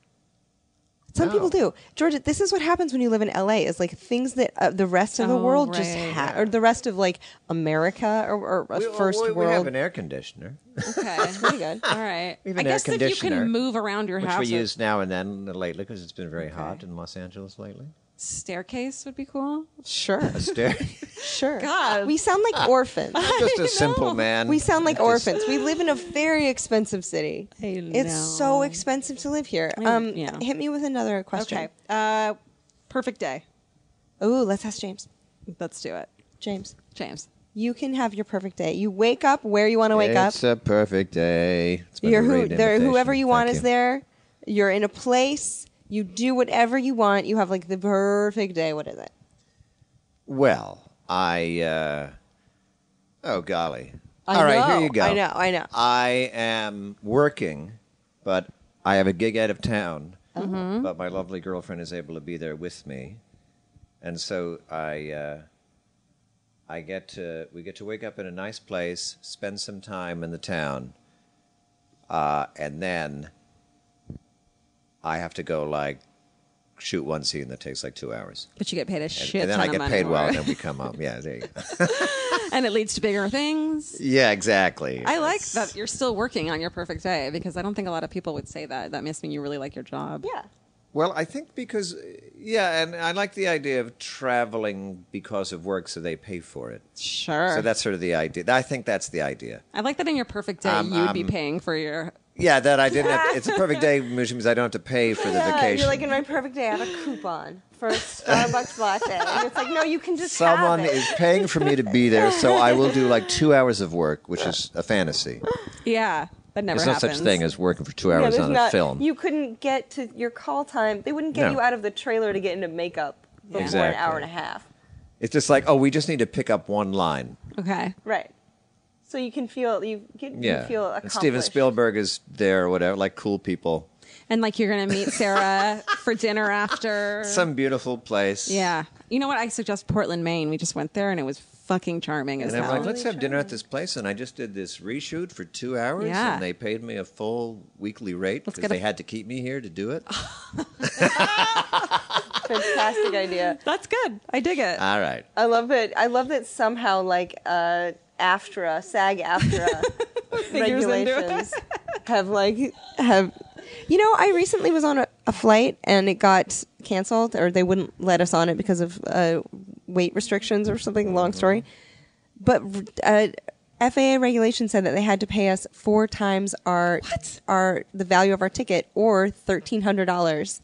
Some No. people do. Georgia, this is what happens when you live in LA is like things that uh, the rest of the Oh, world just right. ha- or the rest of like America or, or a We- first we, we world. have an air conditioner, Okay, pretty good. All right. We have I an air guess if you conditioner, can move around your which house, we a use now and then lately because it's been very hot in Los Angeles lately. staircase would be cool. sure. A stair. Sure. God. We sound like orphans. just a simple man. We sound like Just- orphans. We live in a very expensive city. I It's know. so expensive to live here. Um, yeah. Hit me with another question. Okay. Uh, perfect day. Ooh, let's ask James. Let's do it, James, James. you can have your perfect day. You wake up where you want to wake up. It's a perfect day. It's my You're who, great there, invitation. whoever you want Thank is there. You're in a place. You do whatever you want. You have like the perfect day. What is it? Well, I. Uh, oh golly! I All right, know, here you go. I know, I know. I am working, but I have a gig out of town. Mm-hmm. But my lovely girlfriend is able to be there with me, and so I. Uh, I get to we get to wake up in a nice place, spend some time in the town, uh, and then I have to go like shoot one scene that takes like two hours. But you get paid a And- shit and then ton I of get money paid for well, it. and then we come home. Yeah, there you go. and it leads to bigger things. yeah, exactly. I like that you're still working on your perfect day because I don't think a lot of people would say that. That must mean you really like your job. Yeah. Well, I think because yeah, and I like the idea of traveling because of work, so they pay for it. Sure. So that's sort of the idea. I think that's the idea. I like that in your perfect day Um, you would be um, paying for your Yeah, that I didn't. Have it's a perfect day, which means I don't have to pay for the vacation. You're like in my perfect day. I have a coupon for a Starbucks latte. And it's like no, you can just Someone have it. is paying for me to be there, so I will do like two hours of work, which is a fantasy. yeah. That never There's no happens. such thing as working for two Yeah, hours there's on a not- film. You couldn't get to your call time. They wouldn't get No. you out of the trailer to get into makeup before Exactly. an hour and a half. It's just like, oh, we just need to pick up one line. okay. Right. So you can feel you get you Yeah, feel and Steven accomplished. Spielberg is there, or whatever, like cool people. and like you're gonna meet Sarah for dinner after. Some beautiful place. yeah, you know what? I suggest Portland, Maine. We just went there, and it was fucking charming as And I'm hell. like, let's have dinner at this place. And I just did this reshoot for two hours, Yeah. and they paid me a full weekly rate because get a- they had to keep me here to do it. Fantastic idea. That's good. I dig it. All right. I love it. I love that somehow like uh, AFTRA, SAG AFTRA into it. regulations have like have. You know, I recently was on a, a flight and it got canceled, or they wouldn't let us on it because of uh, weight restrictions or something. Mm-hmm. Long story, but uh, FAA regulation said that they had to pay us four times our our the value of our ticket or thirteen hundred dollars,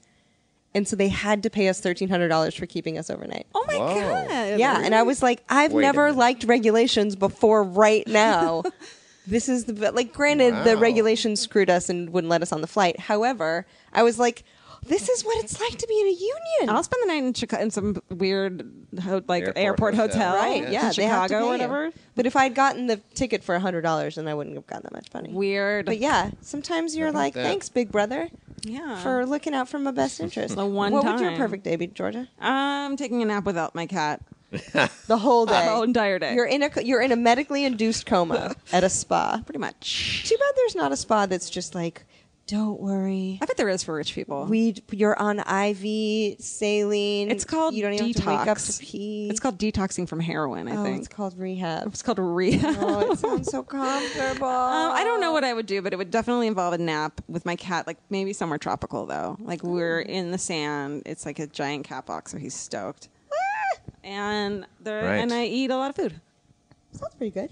and so they had to pay us thirteen hundred dollars for keeping us overnight. oh my Whoa. god. Yeah, and I was like, I've Wait a never minute. liked regulations before right now. this is the like granted the Wow. regulations screwed us and wouldn't let us on the flight. However, I was like, this is what it's like to be in a union. I'll spend the night in Chicago in some weird ho- like airport, Airport hotel, hotel. right, in yeah, they have to Oh, Chicago, pay or you. whatever. But if I'd gotten the ticket for hundred dollars, then I wouldn't have gotten that much money. Weird. But yeah, sometimes you're about like, that? thanks, big brother, yeah. for looking out for my best interest. The one what would your time. perfect day be, Georgia? I'm taking a nap without my cat. The whole day, whole entire day. You're in a co- you're in a medically induced coma at a spa. Pretty much. Too bad there's not a spa that's just like, don't worry. I bet there is for rich people. We you're on IV saline. it's called you don't even detox. have to wake up to pee. It's called detoxing from heroin. I oh, think it's called rehab. It's called rehab. Oh, it sounds so comfortable. Um, I don't know what I would do, but it would definitely involve a nap with my cat, like maybe somewhere tropical though. Like we're in the sand. It's like a giant cat box, so he's stoked. Ah, and there, Right. and I eat a lot of food. Sounds pretty good.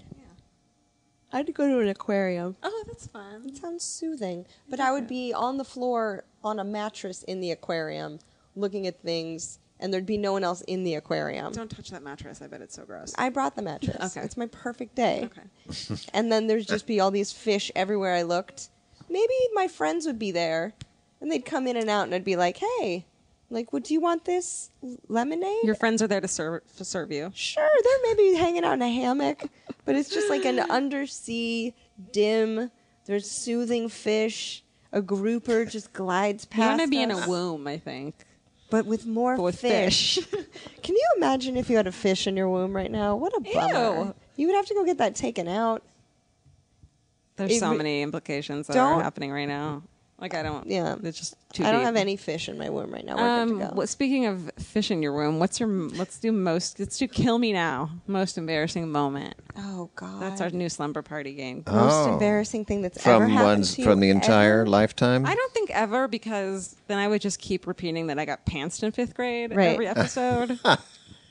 I'd go to an aquarium. Oh, that's fun. It sounds soothing, but I would be on the floor on a mattress in the aquarium, looking at things, and there'd be no one else in the aquarium. Don't touch that mattress. I bet it's so gross. I brought the mattress. Okay. It's my perfect day. Okay. and then there's just be all these fish everywhere I looked. Maybe my friends would be there and they'd come in and out and I'd be like, "Hey, like, would do you want this lemonade?" Your friends are there to serve to serve you. sure, they're maybe hanging out in a hammock, but it's just like an undersea dim, there's soothing fish, a grouper just glides You past. want to be in us, a womb, I think. but with more but with fish. Can you imagine if you had a fish in your womb right now? What a bummer. Ew. You would have to go get that taken out. There's It so re- many implications that Don't- are happening right now. Like I don't. Yeah. It's just too. I don't deep. have any fish in my womb right now. We're Um, good to go. well, speaking of fish in your room, what's your let's do most let's do kill me now most embarrassing moment. Oh God, That's our new slumber party game. most Oh. embarrassing thing that's ever From happened one's to you from the entire ever? lifetime. I don't think ever because then I would just keep repeating that I got pantsed in fifth grade Right. every episode.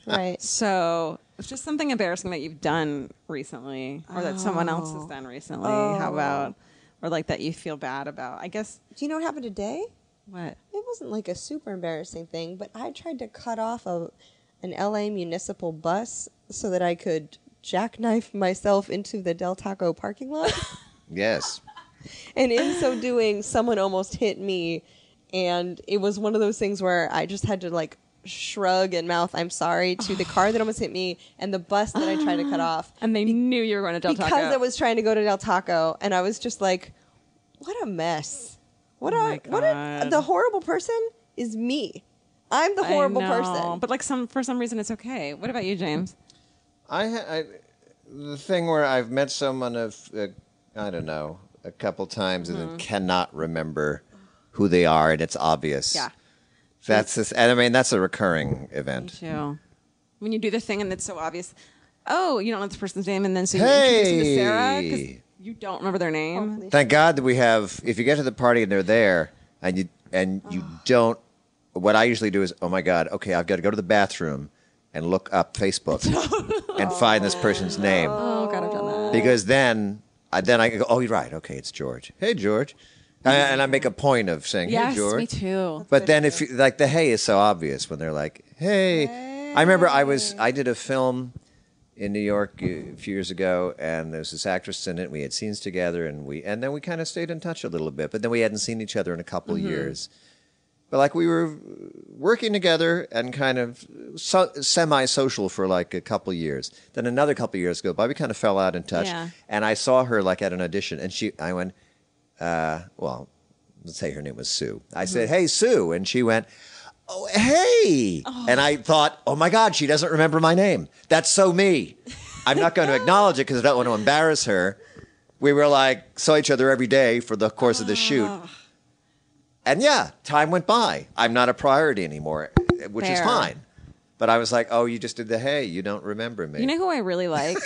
Right. so it's just something embarrassing that you've done recently or that someone else Oh. has done recently. How about or like that you feel bad about? I guess Do you know what happened today? what It wasn't like a super embarrassing thing, but I tried to cut off a an LA municipal bus so that I could jackknife myself into the Del Taco parking lot, Yes. and in so doing, someone almost hit me, and it was one of those things where I just had to like shrug and mouth "I'm sorry" to the car that almost hit me and the bus that I tried to cut off. and they knew you were going to Del because Taco. I was trying to go to Del Taco, and I was just like, "What a mess! What a Oh my what a God. the horrible person is me. I'm the I horrible know, person." but like some for some reason it's okay. What about you, James? I, ha- I the thing where I've met someone of uh, I don't know a couple times and Mm-hmm. then cannot remember who they are and it's obvious. Yeah. That's this, and I mean that's a recurring event. too. When you do the thing and it's so obvious. Oh, you don't know this person's name, and then so you introduce them to Sarah because Hey, you don't remember their name. thank God that we have. If you get to the party and they're there, and you and you don't, what I usually do is, oh my God, okay, I've got to go to the bathroom and look up Facebook and find this person's name. Oh God, I've done that. because then I then I go, oh, you're right. Okay, it's George. Hey, George, and, and I make a point of saying, hey, George. too. But then if you, like the hey is so obvious when they're like, hey. I remember I was I did a film in New York uh, a few years ago, and there's this actress in it. We had scenes together, and we and then we kind of stayed in touch a little bit, but then we hadn't seen each other in a couple of years. But like we were working together and kind of so, semi-social for like a couple of years. Then another couple of years go by, we kind of fell out in touch, Yeah. and I saw her like at an audition, and she I went, uh, well, let's say her name was Sue. I said, "Hey, Sue," and she went, "Oh, hey!" And I thought, "Oh my God, she doesn't remember my name. That's so me. I'm not going to acknowledge it because I don't want to embarrass her." We were like saw each other every day for the course of the shoot, Ah. and yeah, time went by. I'm not a priority anymore, which is Fair. fine. But I was like, "Oh, you just did the hey. You don't remember me." You know who I really like?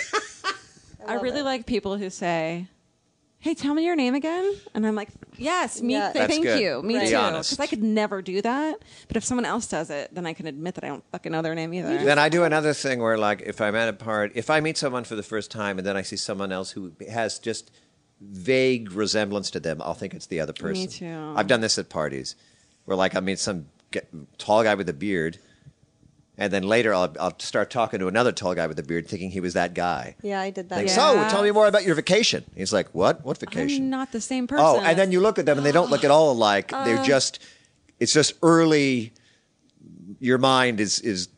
I, really like people who say, "Hey, tell me your name again," and I'm like, "Yes, me. Yeah. th- That's thank good. you. Me Right. Be too." honest. Because I could never do that. But if someone else does it, then I can admit that I don't fucking know their name either. Then I do another thing where, like, if I'm at a part, if I meet someone for the first time and then I see someone else who has just vague resemblance to them, I'll think it's the other person. too. I've done this at parties where, like, I meet some g- tall guy with a beard, and then later I'll, I'll start talking to another tall guy with a beard, thinking he was that guy. Yeah, I did that. Like, Yeah. so tell me more about your vacation. He's like, what? What vacation? I'm not the same person. Oh, and then you look at them and they don't look at all alike. Uh. They're just, it's just early. Your mind is is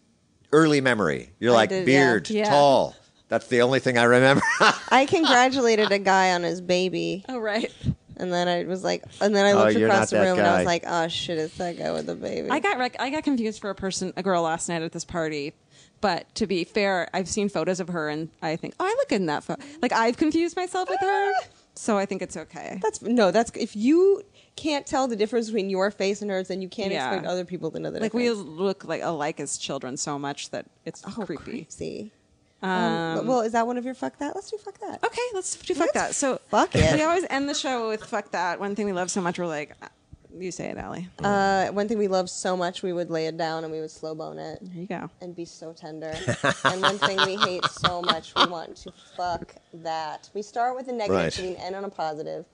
early memory. You're like did, yeah. beard, Yeah. tall. That's the only thing I remember. I congratulated a guy on his baby, Oh right. and then I was like, and then I Oh, looked you're not across the that room and I was guy. like, oh shit, it's that guy with the baby. I got rec- I got confused for a person, a girl last night at this party. But to be fair, I've seen photos of her, and I think, oh, I look good in that photo. Like I've confused myself with her, so I think it's okay. that's no, that's if you can't tell the difference between your face and hers, then you can't Yeah. expect other people to know the Like we difference. look like alike as children so much that it's Oh, creepy. See. Um, well, is that one of your fuck that? Let's do fuck that. Okay, let's do fuck that. So fuck it. We always end the show with fuck that. One thing we love so much, we're like, uh, you say it, Allie. Uh, one thing we loved so much, we would lay it down and we would slow bone it There you go. and be so tender. and one thing we hate so much, we want to fuck that. We start with a negative, Right. so we end on a positive.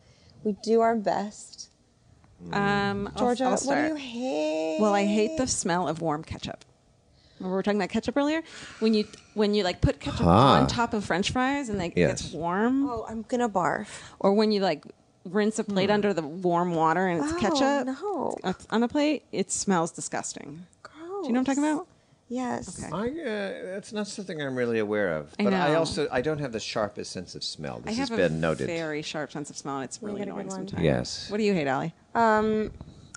We do our best. Um, I'll- Georgia, I'll what do start. you hate? Well, I hate the smell of warm ketchup. Remember we were talking about ketchup earlier. When you when you like put ketchup Ah. on top of French fries and like it Yes. gets warm, Oh, I'm gonna barf. or when you like rinse a plate under the warm water and it's Oh, ketchup no. it's on a plate, it smells disgusting. Do you know what I'm talking Gross. about? Yes. Okay. I, uh, that's not something I'm really aware of. I But I know. also I don't have the sharpest sense of smell. This I has have a been noted. very sharp sense of smell. and It's really got a good annoying one. sometimes. Yes. What do you hate, Allie?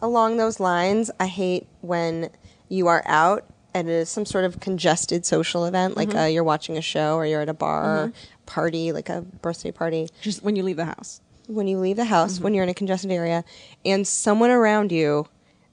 Along those lines, I hate when you are out at a, some sort of congested social event, Mm-hmm. like uh, you're watching a show or you're at a bar or party, like a birthday party. Just when you leave the house. when you leave the house, Mm-hmm. when you're in a congested area, and someone around you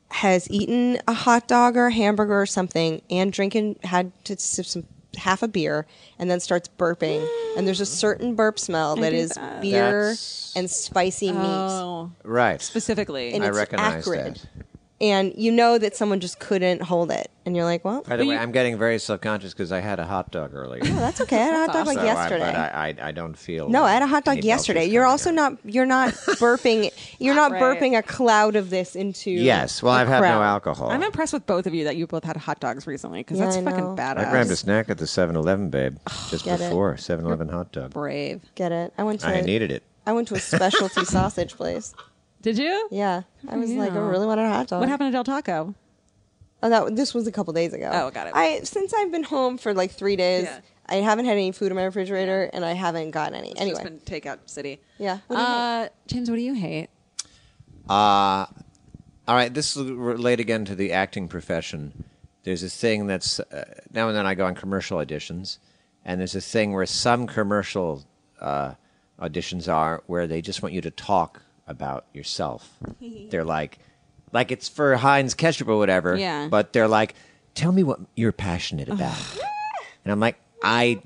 has eaten a hot dog or a hamburger or something and drinking had to sip some half a beer and then starts burping and there's a certain burp smell that do is that. Oh. beer That's- and spicy meat Right. specifically. and I it's recognize acrid that. and you know that someone just couldn't hold it and you're like well By the way, I'm getting very self-conscious because I had a hot dog earlier. Oh, that's okay I had a hot dog like So I- yesterday but I, I, I don't feel. No, I had a hot any dog belches yesterday. coming You're also here. not you're not burping you're not Right. burping a cloud of this into Yes. Well, the I've had no crowd. alcohol. I'm impressed with both of you that you both had hot dogs recently because Yeah, that's I fucking know. badass. I grabbed a snack at the 7-Eleven, babe, just Get it. before 7-Eleven hot dog. Brave. Get it? I went to I needed it. I went to a specialty sausage place. Did you? Yeah, I was like, I you. really wanted a hot dog. What happened to Del Taco? Oh, that this was a couple days ago. Oh, got it. I since I've been home for like three days. Yeah. I haven't had any food in my refrigerator, and I haven't gotten any. anyway, Just been takeout city. Yeah. What do you Uh, James, what do you hate? All right, this will relate again to the acting profession. There's a thing that's uh, now and then I go on commercial auditions, and there's a thing where some commercial uh, auditions are where they just want you to talk about yourself. they're like, like it's for Heinz ketchup or whatever. Yeah. But they're like, tell me what you're passionate about, and I'm like, I.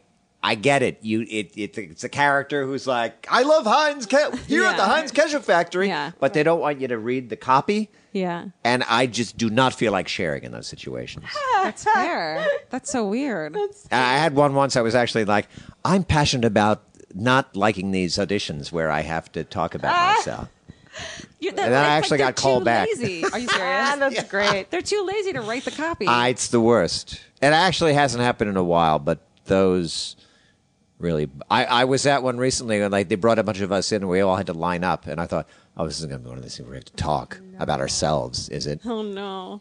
I get it. You, it, it, it's a character who's like, I love Heinz ketchup here at the Yeah. Heinz ketchup factory, Yeah. but they don't want you to read the copy. Yeah. And I just do not feel like sharing in those situations. That's fair. That's so weird. I had one once I was actually like, I'm passionate about not liking these auditions where I have to talk about myself. You- that- And then I it's actually they're got called too back. Lazy. Are you serious? that's great. They're too lazy to write the copy. Ah, it's the worst. It actually hasn't happened in a while, but those really. I, I was at one recently and like they brought a bunch of us in and we all had to line up. And I thought, oh, this is going to be one of these things where we have to talk about ourselves, is it? oh no,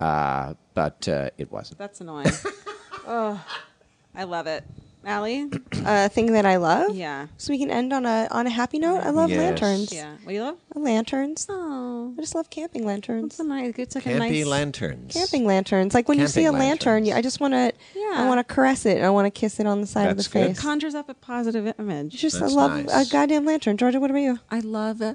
But uh, it wasn't. that's annoying. oh, I love it, Allie. uh, thing that I love. Yeah. So we can end on a on a happy note. I love Yes. lanterns. Yeah. What do you love? Lanterns. Oh, I just love camping lanterns. it's a nice. It's like a Campy nice. lanterns. Camping lanterns. Like when you see a Camping lantern, lanterns. you, I just want to. I Yeah. want to caress it. and I want to kiss it on the side That's of the good. face. Conjures up a positive image. just I That's love nice. a goddamn lantern. Georgia, what about you? I love uh,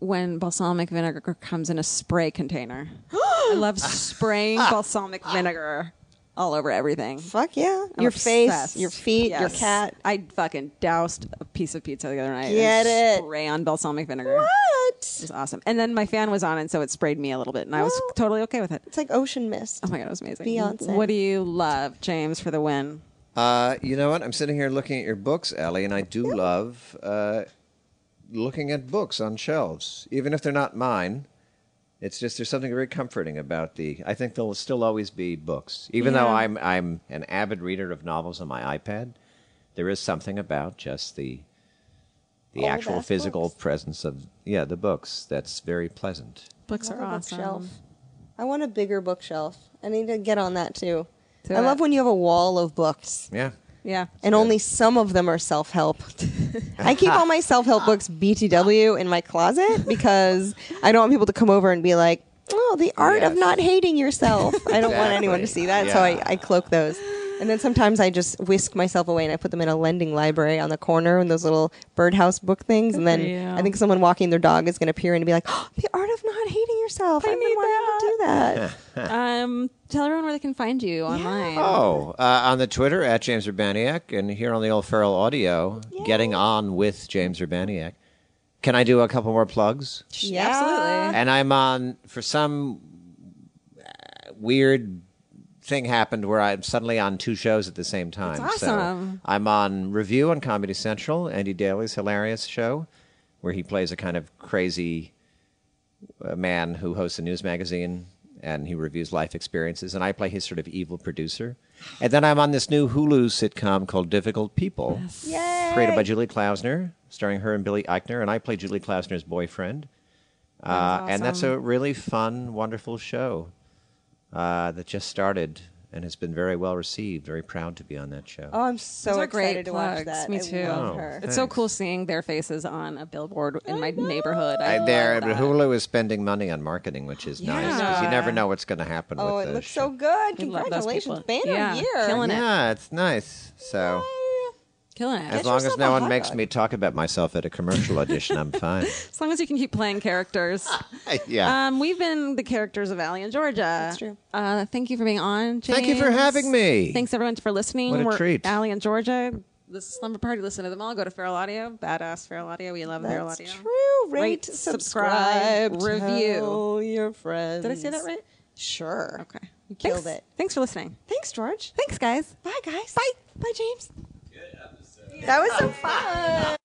when balsamic vinegar comes in a spray container. I love spraying Ah. balsamic vinegar all over everything. Fuck yeah! I'm your obsessed. face, your feet, your Yes. cat. I fucking doused a piece of pizza the other night. Get and it. Spray on balsamic vinegar. It What? was awesome. And then my fan was on, and so it sprayed me a little bit, and I was Well- totally okay with it. It's like ocean mist. Oh my god, it was amazing. Beyonce. What do you love, James, for the win? Uh, you know what? I'm sitting here looking at your books, Ellie, and I do love uh, looking at books on shelves, even if they're not mine. It's just there's something very comforting about the. I think there'll still always be books, even though I'm I'm an avid reader of novels on my iPad. There is something about just the the Old actual ass physical books. presence of yeah the books that's very pleasant. Books Another are awesome. bookshelf. I want a bigger bookshelf. I need to get on that too. Do I it. love when you have a wall of books Yeah, Yeah. and only some of them are self help. I keep all my self help books BTW in my closet because I don't want people to come over and be like, oh, the art of Yes. not hating yourself. I don't want anyone to Exactly. see that, so I, Yeah. I cloak those. And then sometimes I just whisk myself away and I put them in a lending library on the corner in those little birdhouse book things. And for you. then I think someone walking their dog is going to peer in and be like, oh, the art of not hating yourself. I, I need why that. do that. Um, tell everyone where they can find you online. Oh, uh, on the Twitter at James Urbaniak and here on the old Feral Audio, getting on with James Urbaniak. Can I do a couple more plugs? Yeah. Absolutely. And I'm on for some uh, weird thing happened where I'm suddenly on two shows at the same time. That's So awesome. I'm on Review on Comedy Central, Andy Daly's hilarious show, where he plays a kind of crazy uh, man who hosts a news magazine and he reviews life experiences. And I play his sort of evil producer. And then I'm on this new Hulu sitcom called Difficult People Yay. created by Julie Klausner, starring her and Billy Eichner, and I play Julie Klausner's boyfriend. Uh, And that's a really fun, wonderful show uh, that just started and has been very well received. Very proud to be on that show. Oh, I'm so Those are excited great to plugs. watch that. Me I too. love Oh. her. It's so Thanks. cool seeing their faces on a billboard in my neighborhood. I I, love there, that. Hulu is spending money on marketing, which is nice because you never know what's going to happen. Oh, with it the looks show. so good. We love those Congratulations. people. Banner Yeah, year. killing it. Yeah, it's nice. So Killing it. as long as yourself no a one hot makes dog. me talk about myself at a commercial audition, I'm fine. As long as you can keep playing characters. Ah. yeah. Um, we've been the characters of Allie and Georgia. That's true. Uh, thank you for being on. James. Thank you for having me. Thanks everyone for listening. What a We're treat. Allie and Georgia. This is Slumber Party. Listen to them all. Go to Feral Audio. Badass Feral Audio. We love Feral That's Audio. true. Rate, Rate, subscribe, subscribe, review. tell your friends. Did I say that right? Sure. Okay. You killed Thanks. it. Thanks for listening. Thanks, George. Thanks, guys. Bye, guys. Bye. Bye, James. That was so fun.